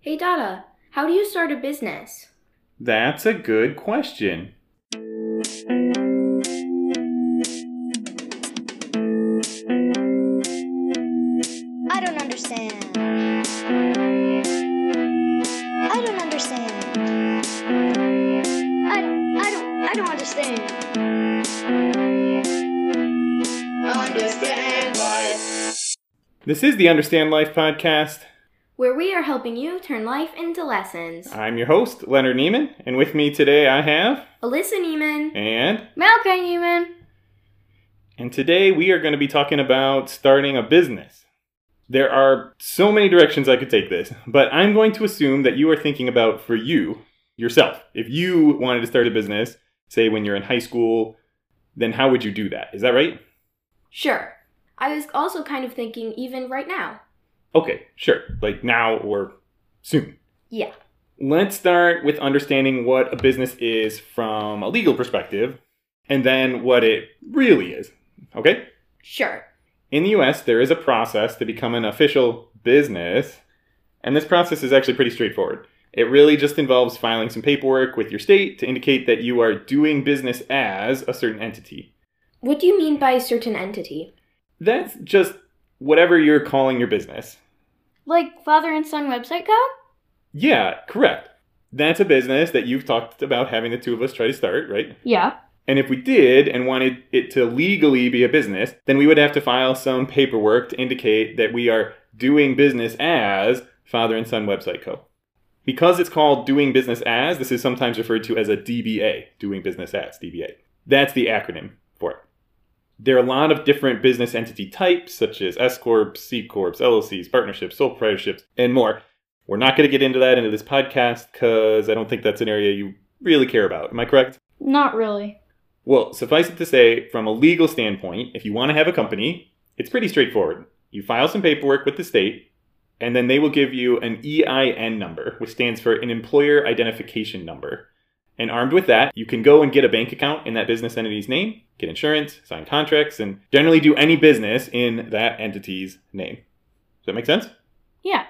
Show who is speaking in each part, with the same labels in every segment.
Speaker 1: Hey Dada, how do you start a business?
Speaker 2: That's a good question.
Speaker 3: I don't understand. I don't understand. I, I don't I don't understand. Understand life.
Speaker 2: This is the Understand Life podcast.
Speaker 1: Where we are helping you turn life into lessons.
Speaker 2: I'm your host, Leonard Neiman, and with me today I have
Speaker 1: Alyssa Neiman,
Speaker 2: and
Speaker 1: Malachi Neiman.
Speaker 2: and today we are going to be talking about starting a business. There are so many directions I could take this, but I'm going to assume that you are thinking about for you yourself. If you wanted to start a business, say when you're in high school, then how would you do that? Is that right?
Speaker 1: Sure. I was also kind of thinking even right now.
Speaker 2: Okay, sure. Like now or soon.
Speaker 1: Yeah.
Speaker 2: Let's start with understanding what a business is from a legal perspective and then what it really is. Okay?
Speaker 1: Sure.
Speaker 2: In the US, there is a process to become an official business, and this process is actually pretty straightforward. It really just involves filing some paperwork with your state to indicate that you are doing business as a certain entity.
Speaker 1: What do you mean by certain entity?
Speaker 2: That's just whatever you're calling your business.
Speaker 4: Like father and son website code?
Speaker 2: Yeah, correct. That's a business that you've talked about having the two of us try to start, right?
Speaker 4: Yeah.
Speaker 2: And if we did and wanted it to legally be a business, then we would have to file some paperwork to indicate that we are doing business as Father and Son Website Co. Because it's called doing business as, this is sometimes referred to as a DBA, doing business as DBA. That's the acronym for it. There are a lot of different business entity types, such as S corps, C corps, LLCs, partnerships, sole proprietorships, and more. We're not going to get into that into this podcast because I don't think that's an area you really care about. Am I correct?
Speaker 4: Not really.
Speaker 2: Well, suffice it to say, from a legal standpoint, if you want to have a company, it's pretty straightforward. You file some paperwork with the state, and then they will give you an EIN number, which stands for an employer identification number. And armed with that, you can go and get a bank account in that business entity's name, get insurance, sign contracts, and generally do any business in that entity's name. Does that make sense?
Speaker 4: Yeah.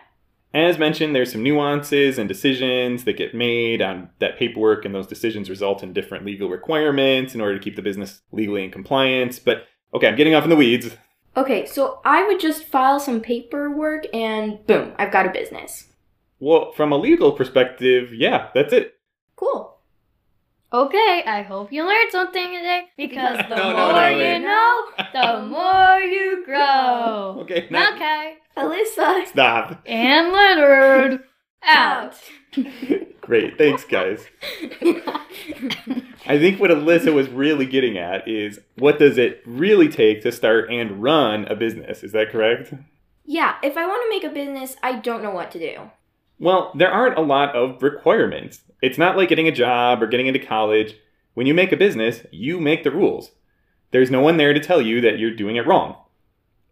Speaker 2: As mentioned, there's some nuances and decisions that get made on that paperwork, and those decisions result in different legal requirements in order to keep the business legally in compliance. But okay, I'm getting off in the weeds.
Speaker 1: Okay, so I would just file some paperwork and boom, I've got a business.
Speaker 2: Well, from a legal perspective, yeah, that's it.
Speaker 1: Cool.
Speaker 4: Okay, I hope you learned something today because the
Speaker 2: No,
Speaker 4: more
Speaker 2: no, no, wait.
Speaker 4: you know, the more you grow.
Speaker 2: Okay, now-
Speaker 4: Malachi
Speaker 1: Alyssa.
Speaker 2: stop.
Speaker 4: and Leonard out.
Speaker 2: Great, thanks, guys. I think what Alyssa was really getting at is what does it really take to start and run a business? Is that correct?
Speaker 1: yeah, if I want to make a business, I don't know what to do.
Speaker 2: Well, there aren't a lot of requirements. It's not like getting a job or getting into college. When you make a business, you make the rules. There's no one there to tell you that you're doing it wrong.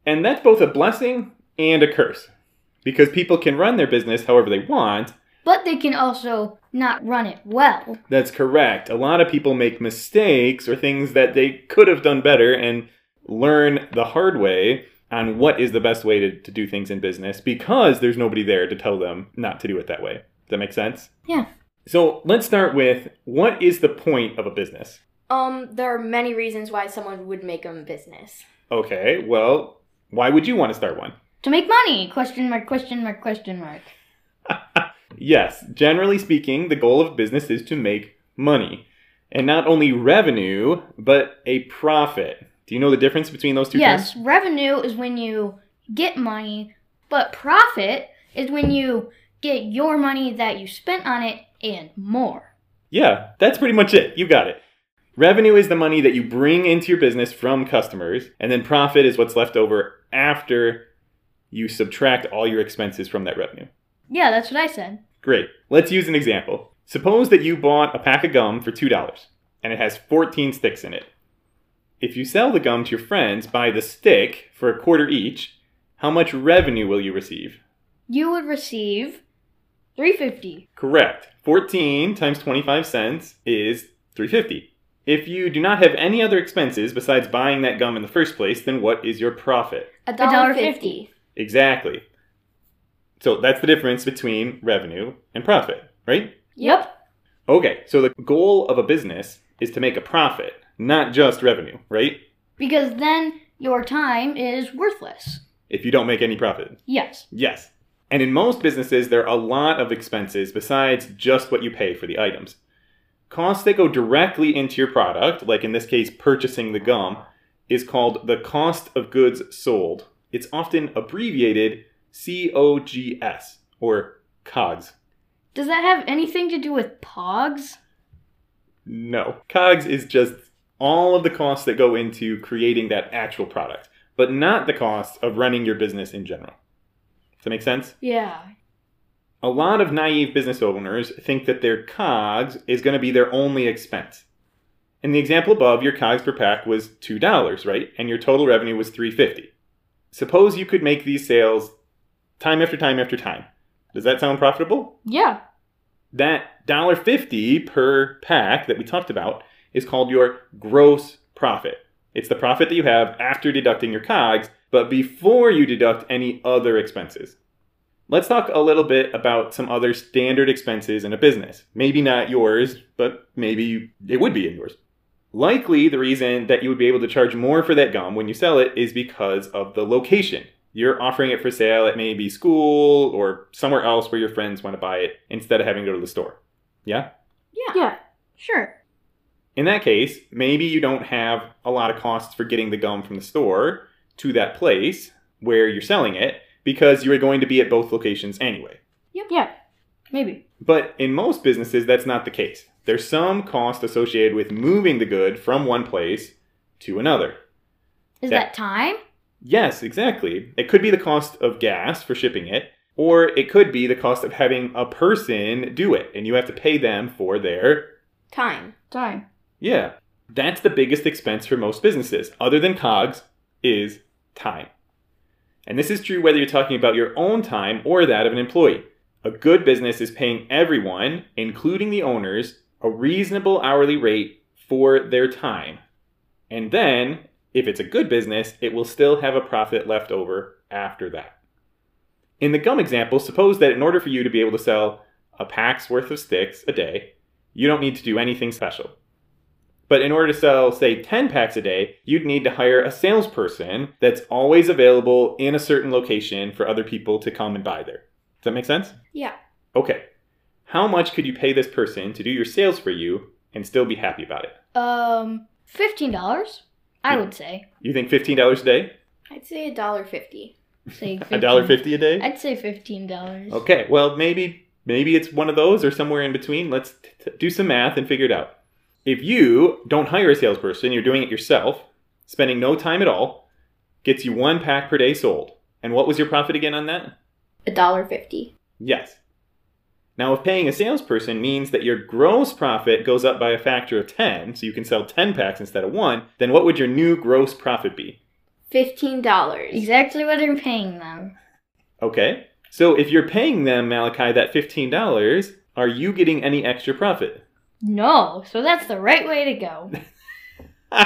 Speaker 2: And that's both a blessing and a curse. Because people can run their business however they want.
Speaker 4: But they can also not run it well.
Speaker 2: That's correct. A lot of people make mistakes or things that they could have done better and learn the hard way on what is the best way to, to do things in business because there's nobody there to tell them not to do it that way. Does that make sense?
Speaker 4: Yeah.
Speaker 2: So let's start with what is the point of a business?
Speaker 1: Um, there are many reasons why someone would make a business.
Speaker 2: Okay, well, why would you want to start one?
Speaker 4: To make money? Question mark, question mark, question mark.
Speaker 2: Yes, generally speaking, the goal of business is to make money. And not only revenue, but a profit. Do you know the difference between those two
Speaker 4: yes,
Speaker 2: terms?
Speaker 4: revenue is when you get money, but profit is when you get your money that you spent on it and more.
Speaker 2: Yeah, that's pretty much it. You got it. Revenue is the money that you bring into your business from customers, and then profit is what's left over after you subtract all your expenses from that revenue.
Speaker 4: Yeah, that's what I said.
Speaker 2: Great. Let's use an example. Suppose that you bought a pack of gum for $2 and it has 14 sticks in it. If you sell the gum to your friends by the stick for a quarter each, how much revenue will you receive?
Speaker 4: you would receive 350
Speaker 2: Correct. 14 times 25 cents is 350. If you do not have any other expenses besides buying that gum in the first place, then what is your profit?
Speaker 1: A
Speaker 4: dollar
Speaker 1: dollar fifty.
Speaker 2: Exactly. So that's the difference between revenue and profit, right?
Speaker 4: Yep.
Speaker 2: Okay, so the goal of a business is to make a profit, not just revenue, right?
Speaker 4: Because then your time is worthless.
Speaker 2: If you don't make any profit.
Speaker 4: Yes.
Speaker 2: Yes. And in most businesses, there are a lot of expenses besides just what you pay for the items. Costs that go directly into your product, like in this case, purchasing the gum, is called the cost of goods sold. It's often abbreviated COGS or COGS.
Speaker 4: Does that have anything to do with pogs?
Speaker 2: No. COGS is just all of the costs that go into creating that actual product, but not the costs of running your business in general. Does that make sense?
Speaker 4: Yeah.
Speaker 2: A lot of naive business owners think that their COGS is going to be their only expense. In the example above, your COGS per pack was $2, right? And your total revenue was 350. Suppose you could make these sales time after time after time. Does that sound profitable?
Speaker 4: Yeah.
Speaker 2: that $1.50 per pack that we talked about is called your gross profit. It's the profit that you have after deducting your COGS, but before you deduct any other expenses. Let's talk a little bit about some other standard expenses in a business. Maybe not yours, but maybe it would be in yours. Likely, the reason that you would be able to charge more for that gum when you sell it is because of the location. You're offering it for sale at maybe school or somewhere else where your friends want to buy it instead of having to go to the store. Yeah?
Speaker 4: Yeah.
Speaker 1: Yeah.
Speaker 4: Sure.
Speaker 2: In that case, maybe you don't have a lot of costs for getting the gum from the store to that place where you're selling it because you are going to be at both locations anyway.
Speaker 1: Yep. Yeah.
Speaker 4: Maybe.
Speaker 2: But in most businesses, that's not the case. There's some cost associated with moving the good from one place to another.
Speaker 4: Is
Speaker 2: Yeah.
Speaker 4: that time?
Speaker 2: Yes, exactly. It could be the cost of gas for shipping it, or it could be the cost of having a person do it, and you have to pay them for their.
Speaker 1: Time.
Speaker 4: Time.
Speaker 2: Yeah. That's the biggest expense for most businesses, other than COGS, is time. And this is true whether you're talking about your own time or that of an employee. A good business is paying everyone, including the owners, a reasonable hourly rate for their time. And then, if it's a good business, it will still have a profit left over after that. In the gum example, suppose that in order for you to be able to sell a pack's worth of sticks a day, you don't need to do anything special. But in order to sell, say, 10 packs a day, you'd need to hire a salesperson that's always available in a certain location for other people to come and buy there. Does that make sense?
Speaker 1: Yeah.
Speaker 2: Okay. How much could you pay this person to do your sales for you and still be happy about it?
Speaker 4: Um, fifteen dollars. I would say.
Speaker 2: You think $15 a day?
Speaker 1: I'd say a dollar fifty.
Speaker 4: Say
Speaker 2: A dollar fifty a day?
Speaker 4: I'd say fifteen dollars.
Speaker 2: Okay, well, maybe maybe it's one of those or somewhere in between. Let's t- t- do some math and figure it out. If you don't hire a salesperson, you're doing it yourself, spending no time at all, gets you one pack per day sold. And what was your profit again on that?
Speaker 1: A dollar fifty.
Speaker 2: Yes. Now, if paying a salesperson means that your gross profit goes up by a factor of 10, so you can sell 10 packs instead of one, then what would your new gross profit be?
Speaker 1: Fifteen dollars.
Speaker 4: Exactly what I'm paying them.
Speaker 2: Okay. So if you're paying them, Malachi, that $15, are you getting any extra profit?
Speaker 4: No, so that's the right way to go.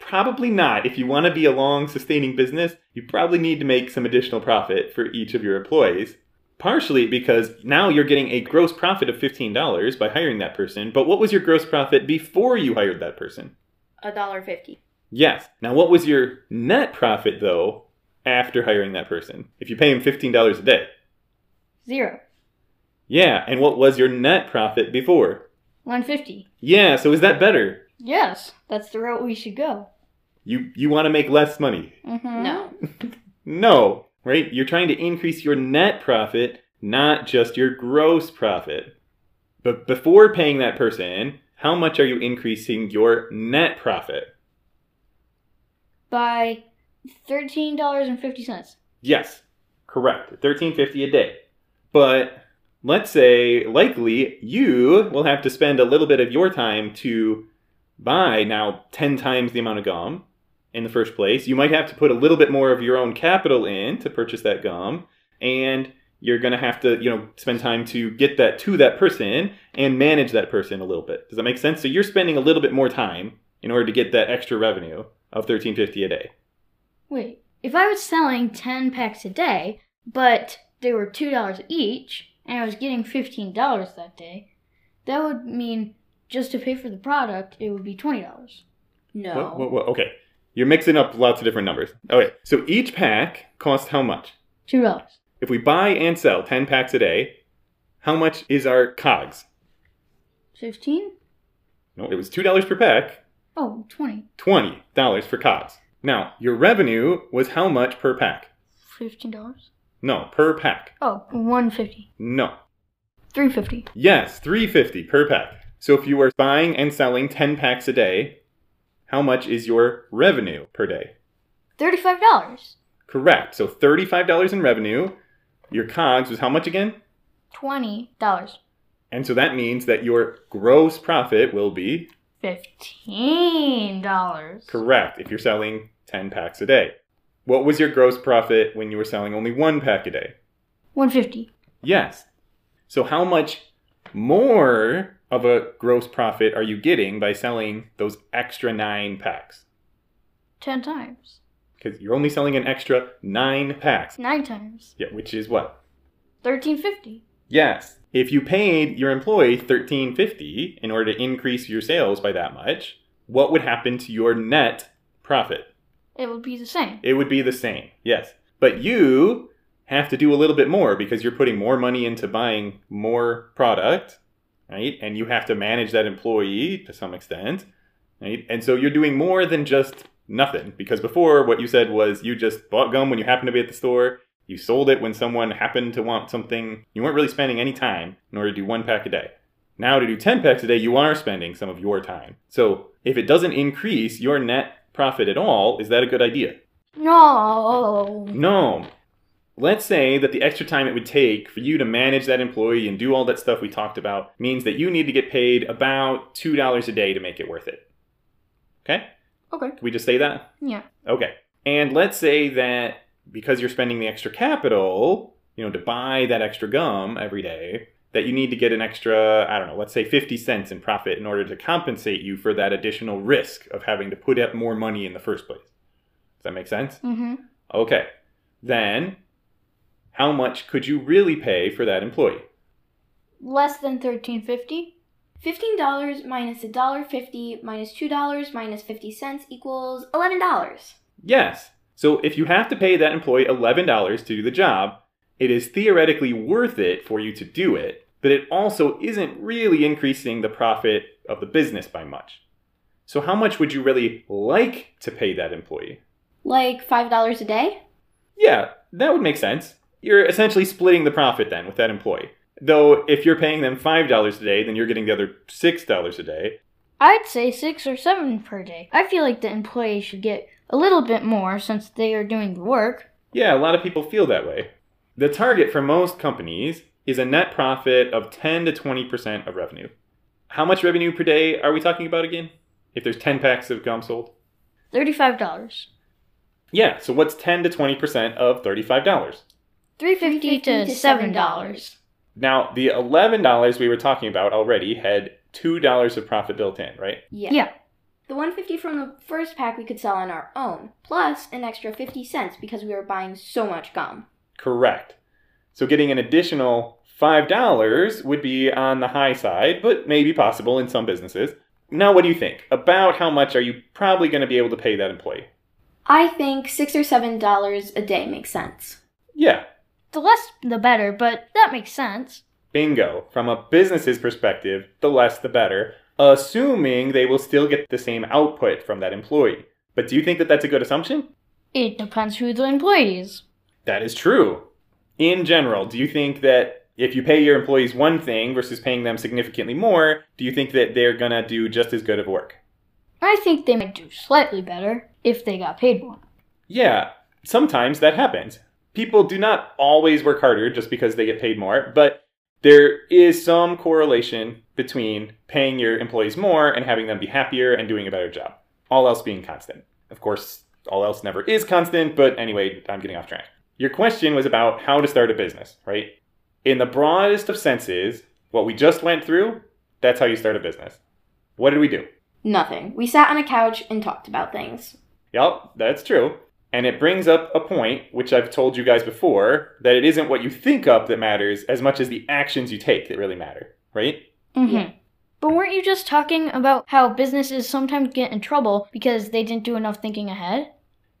Speaker 2: probably not. If you want to be a long sustaining business, you probably need to make some additional profit for each of your employees. Partially because now you're getting a gross profit of $15 by hiring that person, but what was your gross profit before you hired that person?
Speaker 1: A dollar fifty.
Speaker 2: Yes. Now, what was your net profit, though, after hiring that person? If you pay him $15 a day.
Speaker 4: Zero.
Speaker 2: Yeah, and what was your net profit before?
Speaker 4: One fifty.
Speaker 2: Yeah, so is that better?
Speaker 4: Yes, that's the route we should go.
Speaker 2: You you want to make less money?
Speaker 4: Mm-hmm.
Speaker 1: No.
Speaker 2: No, right? You're trying to increase your net profit, not just your gross profit. But before paying that person, how much are you increasing your net profit?
Speaker 4: By thirteen dollars and fifty cents.
Speaker 2: Yes, correct. Thirteen fifty a day. But let's say likely you will have to spend a little bit of your time to buy now ten times the amount of gum in the first place. You might have to put a little bit more of your own capital in to purchase that gum, and you're gonna have to you know spend time to get that to that person and manage that person a little bit. Does that make sense? So you're spending a little bit more time in order to get that extra revenue of thirteen fifty a day.
Speaker 4: Wait, if I was selling ten packs a day, but they were $2 each, and I was getting $15 that day, that would mean just to pay for the product, it would be $20.
Speaker 1: No.
Speaker 2: What, what, what? Okay. You're mixing up lots of different numbers. Okay. So each pack costs how much?
Speaker 4: $2.
Speaker 2: If we buy and sell 10 packs a day, how much is our COGS?
Speaker 4: 15
Speaker 2: No, it was $2 per pack,
Speaker 4: Oh, 20.
Speaker 2: $20 for COGS. Now, your revenue was how much per pack?
Speaker 4: $15?
Speaker 2: No, per pack.
Speaker 4: Oh, 150.
Speaker 2: No.
Speaker 4: 350.
Speaker 2: Yes, 350 per pack. So if you were buying and selling 10 packs a day, how much is your revenue per day?
Speaker 4: $35.
Speaker 2: Correct. So $35 in revenue. Your COGS was how much again?
Speaker 4: $20.
Speaker 2: And so that means that your gross profit will be
Speaker 4: $15.
Speaker 2: correct if you're selling 10 packs a day. What was your gross profit when you were selling only one pack a day?
Speaker 4: 150.
Speaker 2: Yes. So how much more of a gross profit are you getting by selling those extra nine packs?
Speaker 4: 10 times.
Speaker 2: Because you're only selling an extra nine packs.
Speaker 4: 9 times.
Speaker 2: Yeah, which is what?
Speaker 4: 1350.
Speaker 2: Yes. If you paid your employee thirteen fifty in order to increase your sales by that much, what would happen to your net profit?
Speaker 4: It would be the same.
Speaker 2: It would be the same. Yes. But you have to do a little bit more because you're putting more money into buying more product, right? And you have to manage that employee to some extent, right? And so you're doing more than just nothing because before what you said was you just bought gum when you happened to be at the store, you sold it when someone happened to want something. You weren't really spending any time in order to do one pack a day. Now, to do 10 packs a day, you are spending some of your time. So, if it doesn't increase your net profit at all, is that a good idea?
Speaker 4: No.
Speaker 2: No. Let's say that the extra time it would take for you to manage that employee and do all that stuff we talked about means that you need to get paid about $2 a day to make it worth it. Okay?
Speaker 4: Okay.
Speaker 2: Can we just say that?
Speaker 4: Yeah.
Speaker 2: Okay. And let's say that because you're spending the extra capital, you know, to buy that extra gum every day, that you need to get an extra, I don't know, let's say 50 cents in profit in order to compensate you for that additional risk of having to put up more money in the first place. Does that make sense?
Speaker 4: Mm-hmm.
Speaker 2: Okay. Then, how much could you really pay for that employee?
Speaker 4: Less than 1350?
Speaker 1: Fifteen dollars minus a dollar fifty minus two dollars minus fifty cents equals eleven dollars.
Speaker 2: Yes. So if you have to pay that employee $11 to do the job, it is theoretically worth it for you to do it, but it also isn't really increasing the profit of the business by much. So how much would you really like to pay that employee?
Speaker 1: Like five dollars a day?
Speaker 2: Yeah, that would make sense. You're essentially splitting the profit then with that employee. Though if you're paying them $5 a day, then you're getting the other $6 a day,
Speaker 4: I'd say 6 or 7 per day. I feel like the employee should get a little bit more since they are doing the work.
Speaker 2: Yeah, a lot of people feel that way. The target for most companies is a net profit of 10 to 20% of revenue. How much revenue per day are we talking about again? If there's 10 packs of gum sold?
Speaker 4: $35.
Speaker 2: Yeah, so what's 10 to 20% of $35?
Speaker 4: 350 to
Speaker 1: $7.
Speaker 4: $7.
Speaker 2: Now, the $11 we were talking about already had $2 of profit built in, right?
Speaker 1: Yeah.
Speaker 4: Yeah.
Speaker 1: The 150 from the first pack we could sell on our own, plus an extra 50 cents because we were buying so much gum.
Speaker 2: Correct. So getting an additional $5 would be on the high side, but maybe possible in some businesses. Now, what do you think? About how much are you probably going to be able to pay that employee?
Speaker 1: I think six or seven dollars a day makes sense.
Speaker 2: Yeah,
Speaker 4: The less the better, but that makes sense.
Speaker 2: bingo. From a business's perspective, the less the better, assuming they will still get the same output from that employee. But do you think that that's a good assumption?
Speaker 4: It depends who the employee is.
Speaker 2: That is true. In general, do you think that if you pay your employees one thing versus paying them significantly more, do you think that they're going to do just as good of work?
Speaker 4: I think they might do slightly better if they got paid more.
Speaker 2: Yeah, sometimes that happens. People do not always work harder just because they get paid more, but there is some correlation between paying your employees more and having them be happier and doing a better job, all else being constant. Of course, all else never is constant, but anyway, I'm getting off track. Your question was about how to start a business, right? In the broadest of senses, what we just went through, that's how you start a business. What did we do?
Speaker 1: Nothing. We sat on a couch and talked about things.
Speaker 2: Yep, that's true. And it brings up a point, which I've told you guys before, that it isn't what you think up that matters as much as the actions you take that really matter, right?
Speaker 4: Mm-hmm. But weren't you just talking about how businesses sometimes get in trouble because they didn't do enough thinking ahead?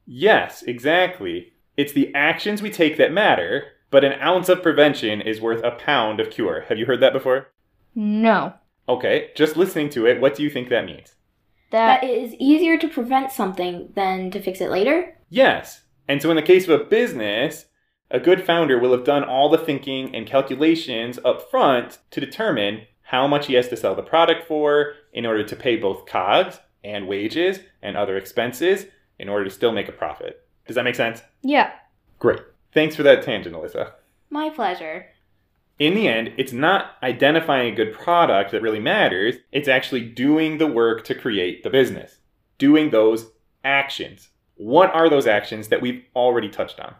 Speaker 2: Yes, exactly. It's the actions we take that matter, but an ounce of prevention is worth a pound of cure. Have you heard that before?
Speaker 4: No.
Speaker 2: Okay, just listening to it, what do you think that means?
Speaker 1: That
Speaker 4: That
Speaker 1: it is easier to prevent something than to fix it later.
Speaker 2: Yes. And so, in the case of a business, a good founder will have done all the thinking and calculations up front to determine how much he has to sell the product for in order to pay both COGS and wages and other expenses in order to still make a profit. Does that make sense?
Speaker 4: yeah.
Speaker 2: Great. Thanks for that tangent, Alyssa.
Speaker 1: My pleasure.
Speaker 2: In the end, it's not identifying a good product that really matters, it's actually doing the work to create the business, doing those actions. What are those actions that we've already touched on?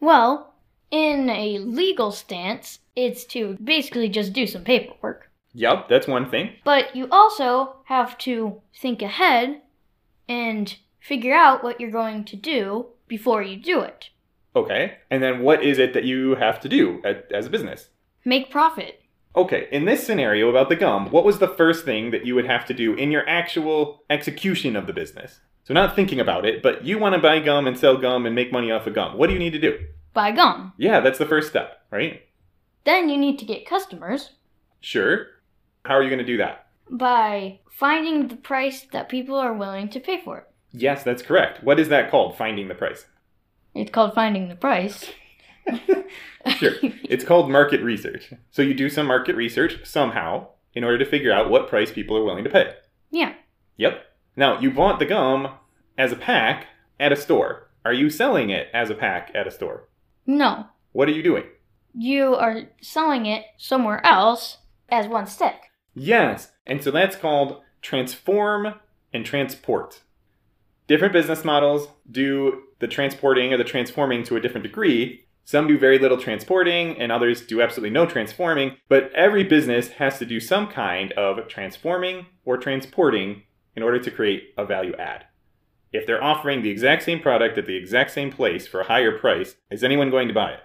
Speaker 4: Well, in a legal stance, it's to basically just do some paperwork.
Speaker 2: Yup, that's one thing.
Speaker 4: But you also have to think ahead and figure out what you're going to do before you do it.
Speaker 2: Okay. And then what is it that you have to do at, as a business?
Speaker 4: Make profit.
Speaker 2: Okay, in this scenario about the gum, what was the first thing that you would have to do in your actual execution of the business? So, not thinking about it, but you want to buy gum and sell gum and make money off of gum. What do you need to do?
Speaker 4: Buy gum.
Speaker 2: Yeah, that's the first step, right?
Speaker 4: Then you need to get customers
Speaker 2: Sure. How are you going to do that?
Speaker 4: by finding the price that people are willing to pay for it.
Speaker 2: Yes, that's correct. What is that called? Finding the price.
Speaker 4: It's called finding the price.
Speaker 2: Sure. it's called market research. So, you do some market research somehow in order to figure out what price people are willing to pay.
Speaker 4: Yeah.
Speaker 2: Yep. Now, you bought the gum as a pack at a store. Are you selling it as a pack at a store?
Speaker 4: No.
Speaker 2: What are you doing?
Speaker 4: You are selling it somewhere else as one stick.
Speaker 2: Yes. And so that's called transform and transport. Different business models do the transporting or the transforming to a different degree. Some do very little transporting and others do absolutely no transforming, but every business has to do some kind of transforming or transporting in order to create a value add. If they're offering the exact same product at the exact same place for a higher price, is anyone going to buy it?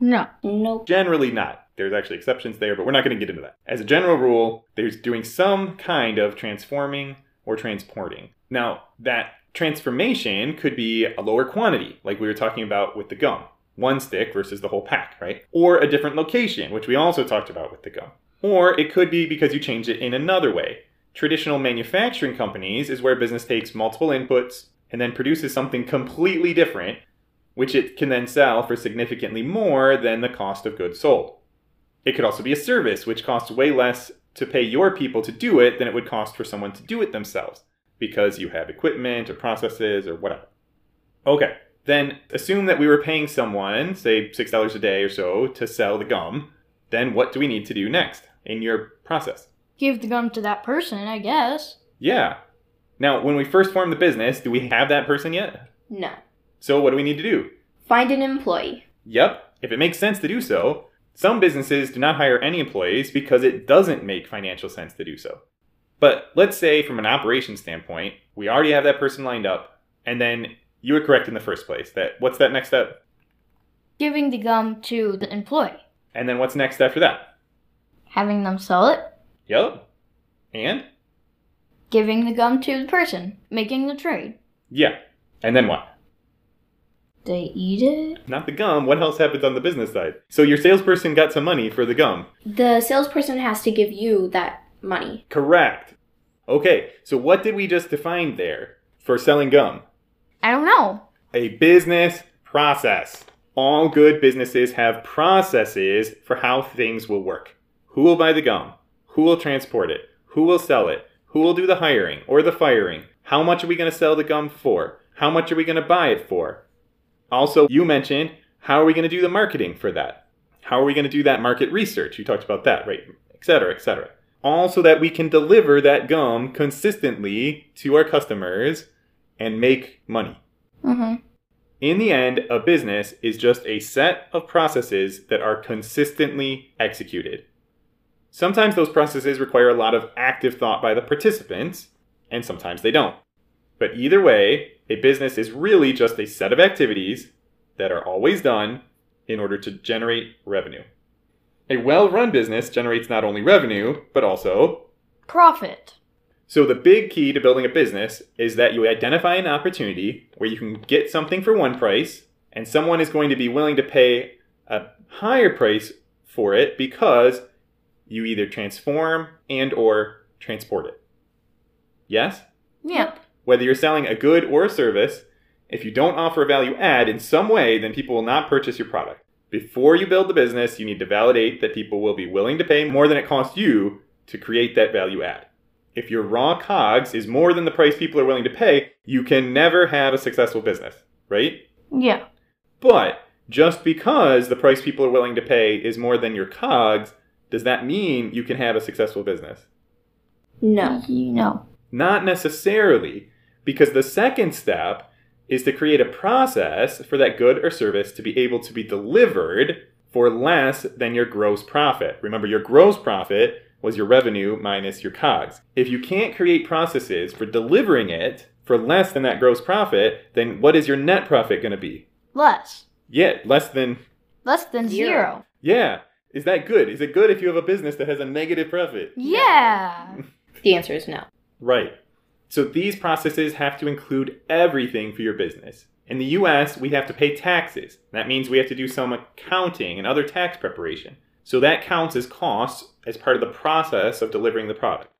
Speaker 4: No.
Speaker 1: Nope.
Speaker 2: Generally not. There's actually exceptions there, but we're not going to get into that. As a general rule, there's doing some kind of transforming or transporting. Now, that transformation could be a lower quantity, like we were talking about with the gum. One stick versus the whole pack, right? Or a different location, which we also talked about with the gum. Or it could be because you change it in another way. Traditional manufacturing companies is where business takes multiple inputs and then produces something completely different which it can then sell for significantly more than the cost of goods sold. It could also be a service, which costs way less to pay your people to do it than it would cost for someone to do it themselves, because you have equipment or processes or whatever. Okay, then assume that we were paying someone, say $6 a day or so, to sell the gum. Then what do we need to do next in your process?
Speaker 4: Give the gum to that person, I guess.
Speaker 2: Yeah. Now, when we first formed the business, do we have that person yet?
Speaker 1: No.
Speaker 2: So, what do we need to do?
Speaker 1: Find an employee.
Speaker 2: Yep, if it makes sense to do so. Some businesses do not hire any employees because it doesn't make financial sense to do so. But let's say, from an operations standpoint, we already have that person lined up, and then you were correct in the first place. That what's that next step,
Speaker 4: Giving the gum to the employee.
Speaker 2: and then what's next after that?
Speaker 4: Having them sell it.
Speaker 2: Yep. And
Speaker 4: Giving the gum to the person. Making the trade.
Speaker 2: yeah, and then what?
Speaker 4: They eat it?
Speaker 2: Not the gum. What else happens on the business side? So your salesperson got some money for the gum.
Speaker 1: The salesperson has to give you that money.
Speaker 2: Correct. Okay, so what did we just define there for selling gum?
Speaker 4: I don't know.
Speaker 2: a business process. All good businesses have processes for how things will work. Who will buy the gum? Who will transport it? Who will sell it? Who will do the hiring or the firing? How much are we going to sell the gum for? How much are we going to buy it for? Also, you mentioned how are we going to do the marketing for that? How are we going to do that market research? You talked about that, right? Et cetera, et cetera. All so that we can deliver that gum consistently to our customers and make money.
Speaker 4: Mm-hmm.
Speaker 2: In the end, a business is just a set of processes that are consistently executed. Sometimes those processes require a lot of active thought by the participants, and sometimes they don't. But either way, a business is really just a set of activities that are always done in order to generate revenue. A well run business generates not only revenue, but also.
Speaker 4: Profit.
Speaker 2: So, the big key to building a business is that you identify an opportunity where you can get something for one price, and someone is going to be willing to pay a higher price for it because you either transform and or transport it. Yes?
Speaker 4: Yep.
Speaker 2: Whether you're selling a good or a service, if you don't offer a value add in some way, then people will not purchase your product. Before you build the business, you need to validate that people will be willing to pay more than it costs you to create that value add. If your raw cogs is more than the price people are willing to pay, you can never have a successful business, right?
Speaker 4: Yeah.
Speaker 2: But just because the price people are willing to pay is more than your cogs, does that mean you can have a successful business?
Speaker 1: No.
Speaker 4: You know.
Speaker 2: Not necessarily, because the second step is to create a process for that good or service to be able to be delivered for less than your gross profit. Remember, your gross profit was your revenue minus your cogs. If you can't create processes for delivering it for less than that gross profit, then what is your net profit going to be?
Speaker 4: Less.
Speaker 2: Yeah, less than.
Speaker 4: Less than zero.
Speaker 1: Zero.
Speaker 2: Yeah. Is that good? Is it good if you have a business that has a negative profit?
Speaker 4: Yeah.
Speaker 1: The answer is no.
Speaker 2: Right. So these processes have to include everything for your business. In the US, we have to pay taxes. That means we have to do some accounting and other tax preparation. So that counts as costs as part of the process of delivering the product.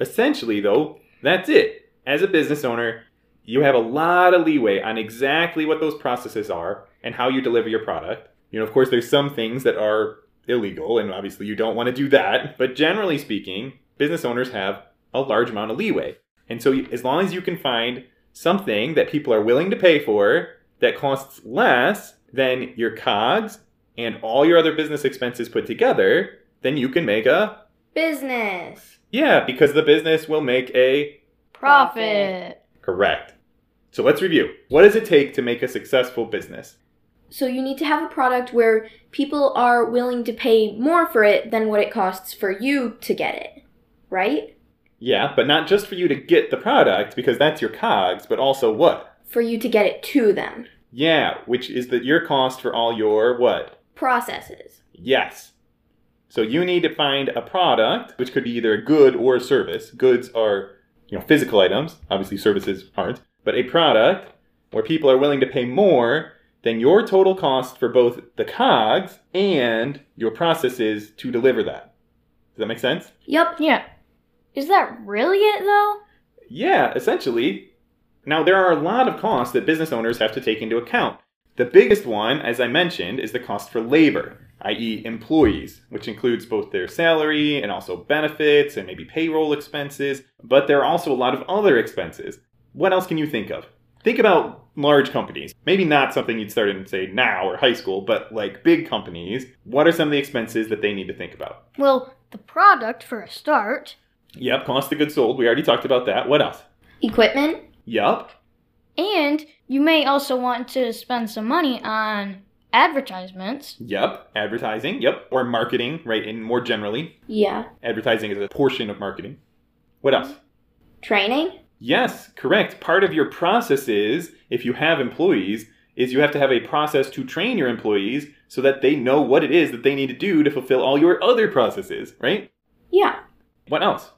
Speaker 2: Essentially, though, that's it. As a business owner, you have a lot of leeway on exactly what those processes are and how you deliver your product. You know, of course, there's some things that are illegal, and obviously you don't want to do that. But generally speaking, business owners have a large amount of leeway. And so, as long as you can find something that people are willing to pay for that costs less than your COGS and all your other business expenses put together, then you can make a
Speaker 1: Business.
Speaker 2: yeah, because the business will make a
Speaker 4: Profit.
Speaker 2: correct. So let's review. What does it take to make a successful business?
Speaker 1: So you need to have a product where people are willing to pay more for it than what it costs for you to get it. Right?
Speaker 2: Yeah, but not just for you to get the product because that's your COGS, but also what?
Speaker 1: For you to get it to them.
Speaker 2: Yeah, which is that your cost for all your what?
Speaker 1: Processes.
Speaker 2: Yes. So you need to find a product, which could be either a good or a service. Goods are, you know, physical items. Obviously, services aren't. But a product where people are willing to pay more than your total cost for both the cogs and your processes to deliver that. Does that make sense?
Speaker 1: Yup.
Speaker 4: Yeah. Is that really it though?
Speaker 2: Yeah, essentially. Now, there are a lot of costs that business owners have to take into account. The biggest one, as I mentioned, is the cost for labor, i.e., employees, which includes both their salary and also benefits and maybe payroll expenses, but there are also a lot of other expenses. What else can you think of? Think about large companies. Maybe not something you'd start in, say, now or high school, but like big companies. What are some of the expenses that they need to think about?
Speaker 4: Well, the product for a start.
Speaker 2: Yep, cost of goods sold. We already talked about that. What else?
Speaker 1: Equipment.
Speaker 2: Yup.
Speaker 4: And you may also want to spend some money on advertisements.
Speaker 2: Yep. Advertising. Yep. Or marketing, right? And more generally,
Speaker 1: Yeah.
Speaker 2: advertising is a portion of marketing. What else?
Speaker 1: Training.
Speaker 2: Yes, correct. Part of your process is, if you have employees, is you have to have a process to train your employees so that they know what it is that they need to do to fulfill all your other processes, right?
Speaker 1: Yeah.
Speaker 2: What else?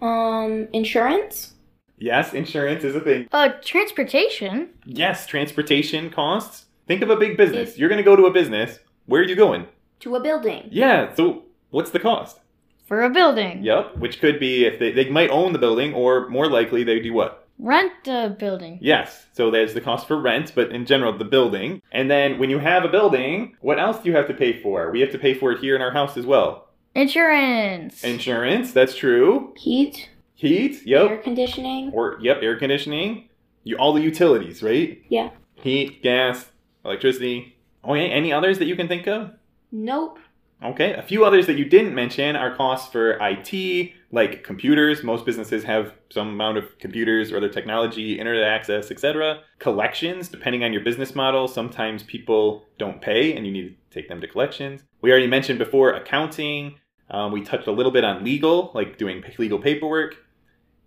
Speaker 1: Um, insurance.
Speaker 2: Yes, insurance is a thing.
Speaker 4: Uh, transportation.
Speaker 2: Yes, transportation costs. Think of a big business. You're going to go to a business. Where are you going?
Speaker 1: To a building.
Speaker 2: Yeah, so what's the cost?
Speaker 4: For a building.
Speaker 2: Yep, which could be if they, they might own the building, or more likely they do what?
Speaker 4: Rent a building.
Speaker 2: Yes, so there's the cost for rent, but in general, the building. And then when you have a building, what else do you have to pay for? We have to pay for it here in our house as well.
Speaker 4: Insurance.
Speaker 2: Insurance, that's true.
Speaker 1: Heat.
Speaker 2: Heat,
Speaker 1: Air
Speaker 2: yep.
Speaker 1: conditioning.
Speaker 2: Or, yep, air conditioning. You, all the utilities, right?
Speaker 1: Yeah.
Speaker 2: Heat, gas, electricity. Oh, yeah, any others that you can think of?
Speaker 1: Nope.
Speaker 2: Okay, a few others that you didn't mention are costs for IT, like computers. Most businesses have some amount of computers or other technology, internet access, etc. Collections, depending on your business model, sometimes people don't pay and you need to take them to collections. We already mentioned before accounting. Um, we touched a little bit on legal, like doing p- legal paperwork.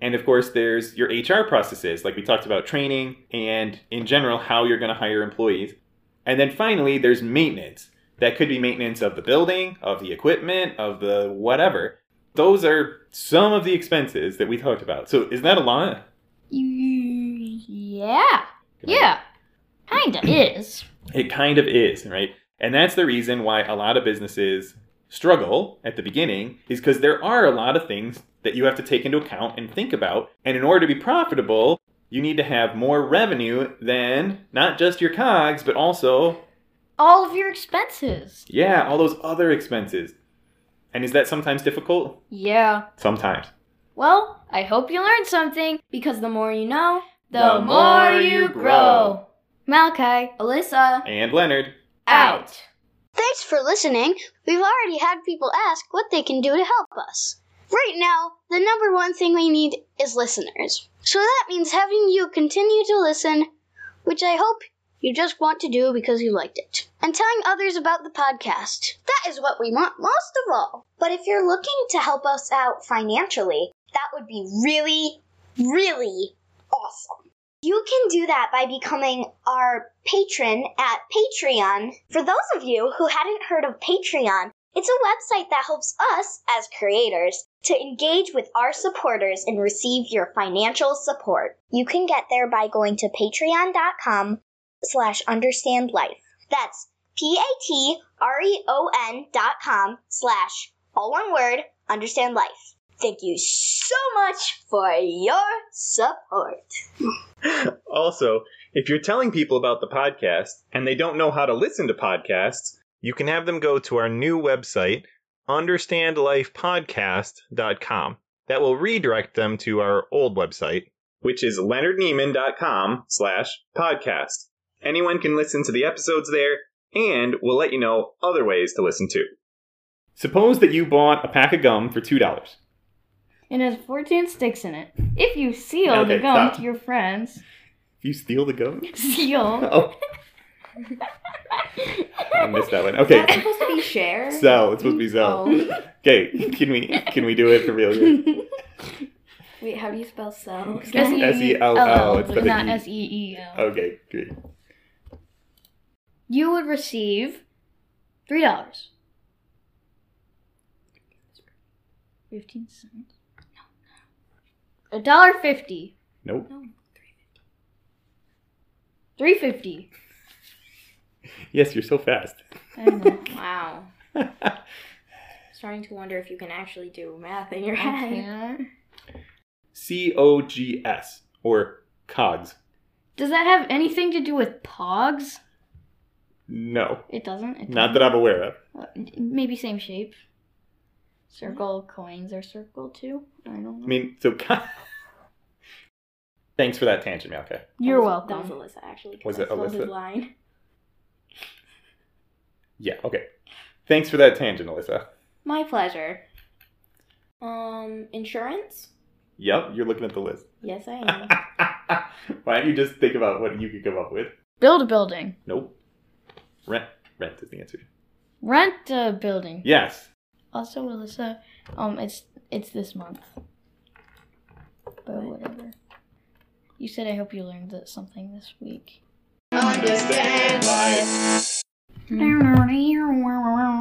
Speaker 2: And of course, there's your HR processes, like we talked about training and in general, how you're going to hire employees. And then finally, there's maintenance. That could be maintenance of the building, of the equipment, of the whatever. Those are some of the expenses that we talked about. So is that a lot?
Speaker 4: Y- Yeah. Yeah. Kinda is.
Speaker 2: It kind of is, right? And that's the reason why a lot of businesses struggle at the beginning is because there are a lot of things that you have to take into account and think about. And in order to be profitable, you need to have more revenue than not just your cogs, but also,
Speaker 4: All of your expenses.
Speaker 2: yeah, all those other expenses. And is that sometimes difficult?
Speaker 4: Yeah.
Speaker 2: Sometimes.
Speaker 4: Well, I hope you learned something because the more you know,
Speaker 2: The more you grow.
Speaker 4: Malachi, Alyssa,
Speaker 2: And Leonard.
Speaker 4: out.
Speaker 3: Thanks for listening. We've already had people ask what they can do to help us. Right now, the number one thing we need is listeners. So that means having you continue to listen, which I hope you just want to do because you liked it, and telling others about the podcast. That is what we want most of all.
Speaker 5: But if you're looking to help us out financially, that would be really, really awesome. You can do that by becoming our patron at Patreon. For those of you who hadn't heard of Patreon, it's a website that helps us as creators to engage with our supporters and receive your financial support. You can get there by going to patreon.com slash understand life. That's P-A-T-R-E-O-N E dot com slash all one word, understand life. Thank you so much for your support.
Speaker 2: Also, if you're telling people about the podcast and they don't know how to listen to podcasts, you can have them go to our new website, understandlifepodcast.com. That will redirect them to our old website, which is leonardneiman.com slash podcast. Anyone can listen to the episodes there, and we'll let you know other ways to listen to. Suppose that you bought a pack of gum for $2.
Speaker 4: It has 14 sticks in it. If you seal
Speaker 2: Okay,
Speaker 4: the gum
Speaker 2: stop.
Speaker 4: to your friends,
Speaker 2: You steal the gum?
Speaker 4: seal.
Speaker 2: Oh. I missed that one. Okay.
Speaker 1: That's supposed to be share.
Speaker 2: Sell. It's supposed to be sell.
Speaker 1: Oh.
Speaker 2: Okay, can we can we do it for real? here?
Speaker 1: Wait, how do you spell sell?
Speaker 4: S-E-
Speaker 2: S-E-L-L, E it's
Speaker 4: but
Speaker 2: gotta
Speaker 4: not
Speaker 2: be-
Speaker 4: S E E L.
Speaker 2: Okay, great.
Speaker 4: You would receive three dollars. Fifteen cents. No. A dollar fifty.
Speaker 2: Nope.
Speaker 4: Three fifty.
Speaker 2: Yes, you're so fast.
Speaker 4: I know.
Speaker 1: Wow. Starting to wonder if you can actually do math in your
Speaker 4: I
Speaker 1: head.
Speaker 4: can't.
Speaker 2: C O G S or cogs.
Speaker 4: Does that have anything to do with pogs?
Speaker 2: No,
Speaker 4: It doesn't. It
Speaker 2: not that I'm aware of.
Speaker 4: doesn't. Uh, Maybe same shape. Circle coins are circle too. I don't know.
Speaker 2: I mean, so. co- Thanks for that tangent, Malka.
Speaker 4: You're
Speaker 1: That was-
Speaker 4: welcome.
Speaker 1: That was Alyssa, actually. 'cause
Speaker 2: Was
Speaker 1: I
Speaker 2: it
Speaker 1: spelled his
Speaker 2: Alyssa?
Speaker 1: Line.
Speaker 2: Yeah. Okay. Thanks for that tangent, Alyssa.
Speaker 1: My pleasure. Um, insurance?
Speaker 2: Yep, you're looking at the list.
Speaker 1: Yes, I am.
Speaker 2: Why don't you just think about what you could come up with?
Speaker 4: Build a building.
Speaker 2: Nope. Rent. Rent is the answer.
Speaker 4: Rent a building.
Speaker 2: Yes.
Speaker 4: Also, Alyssa, um, it's it's this month. But whatever. You said I hope you learned that something this week. Understand life.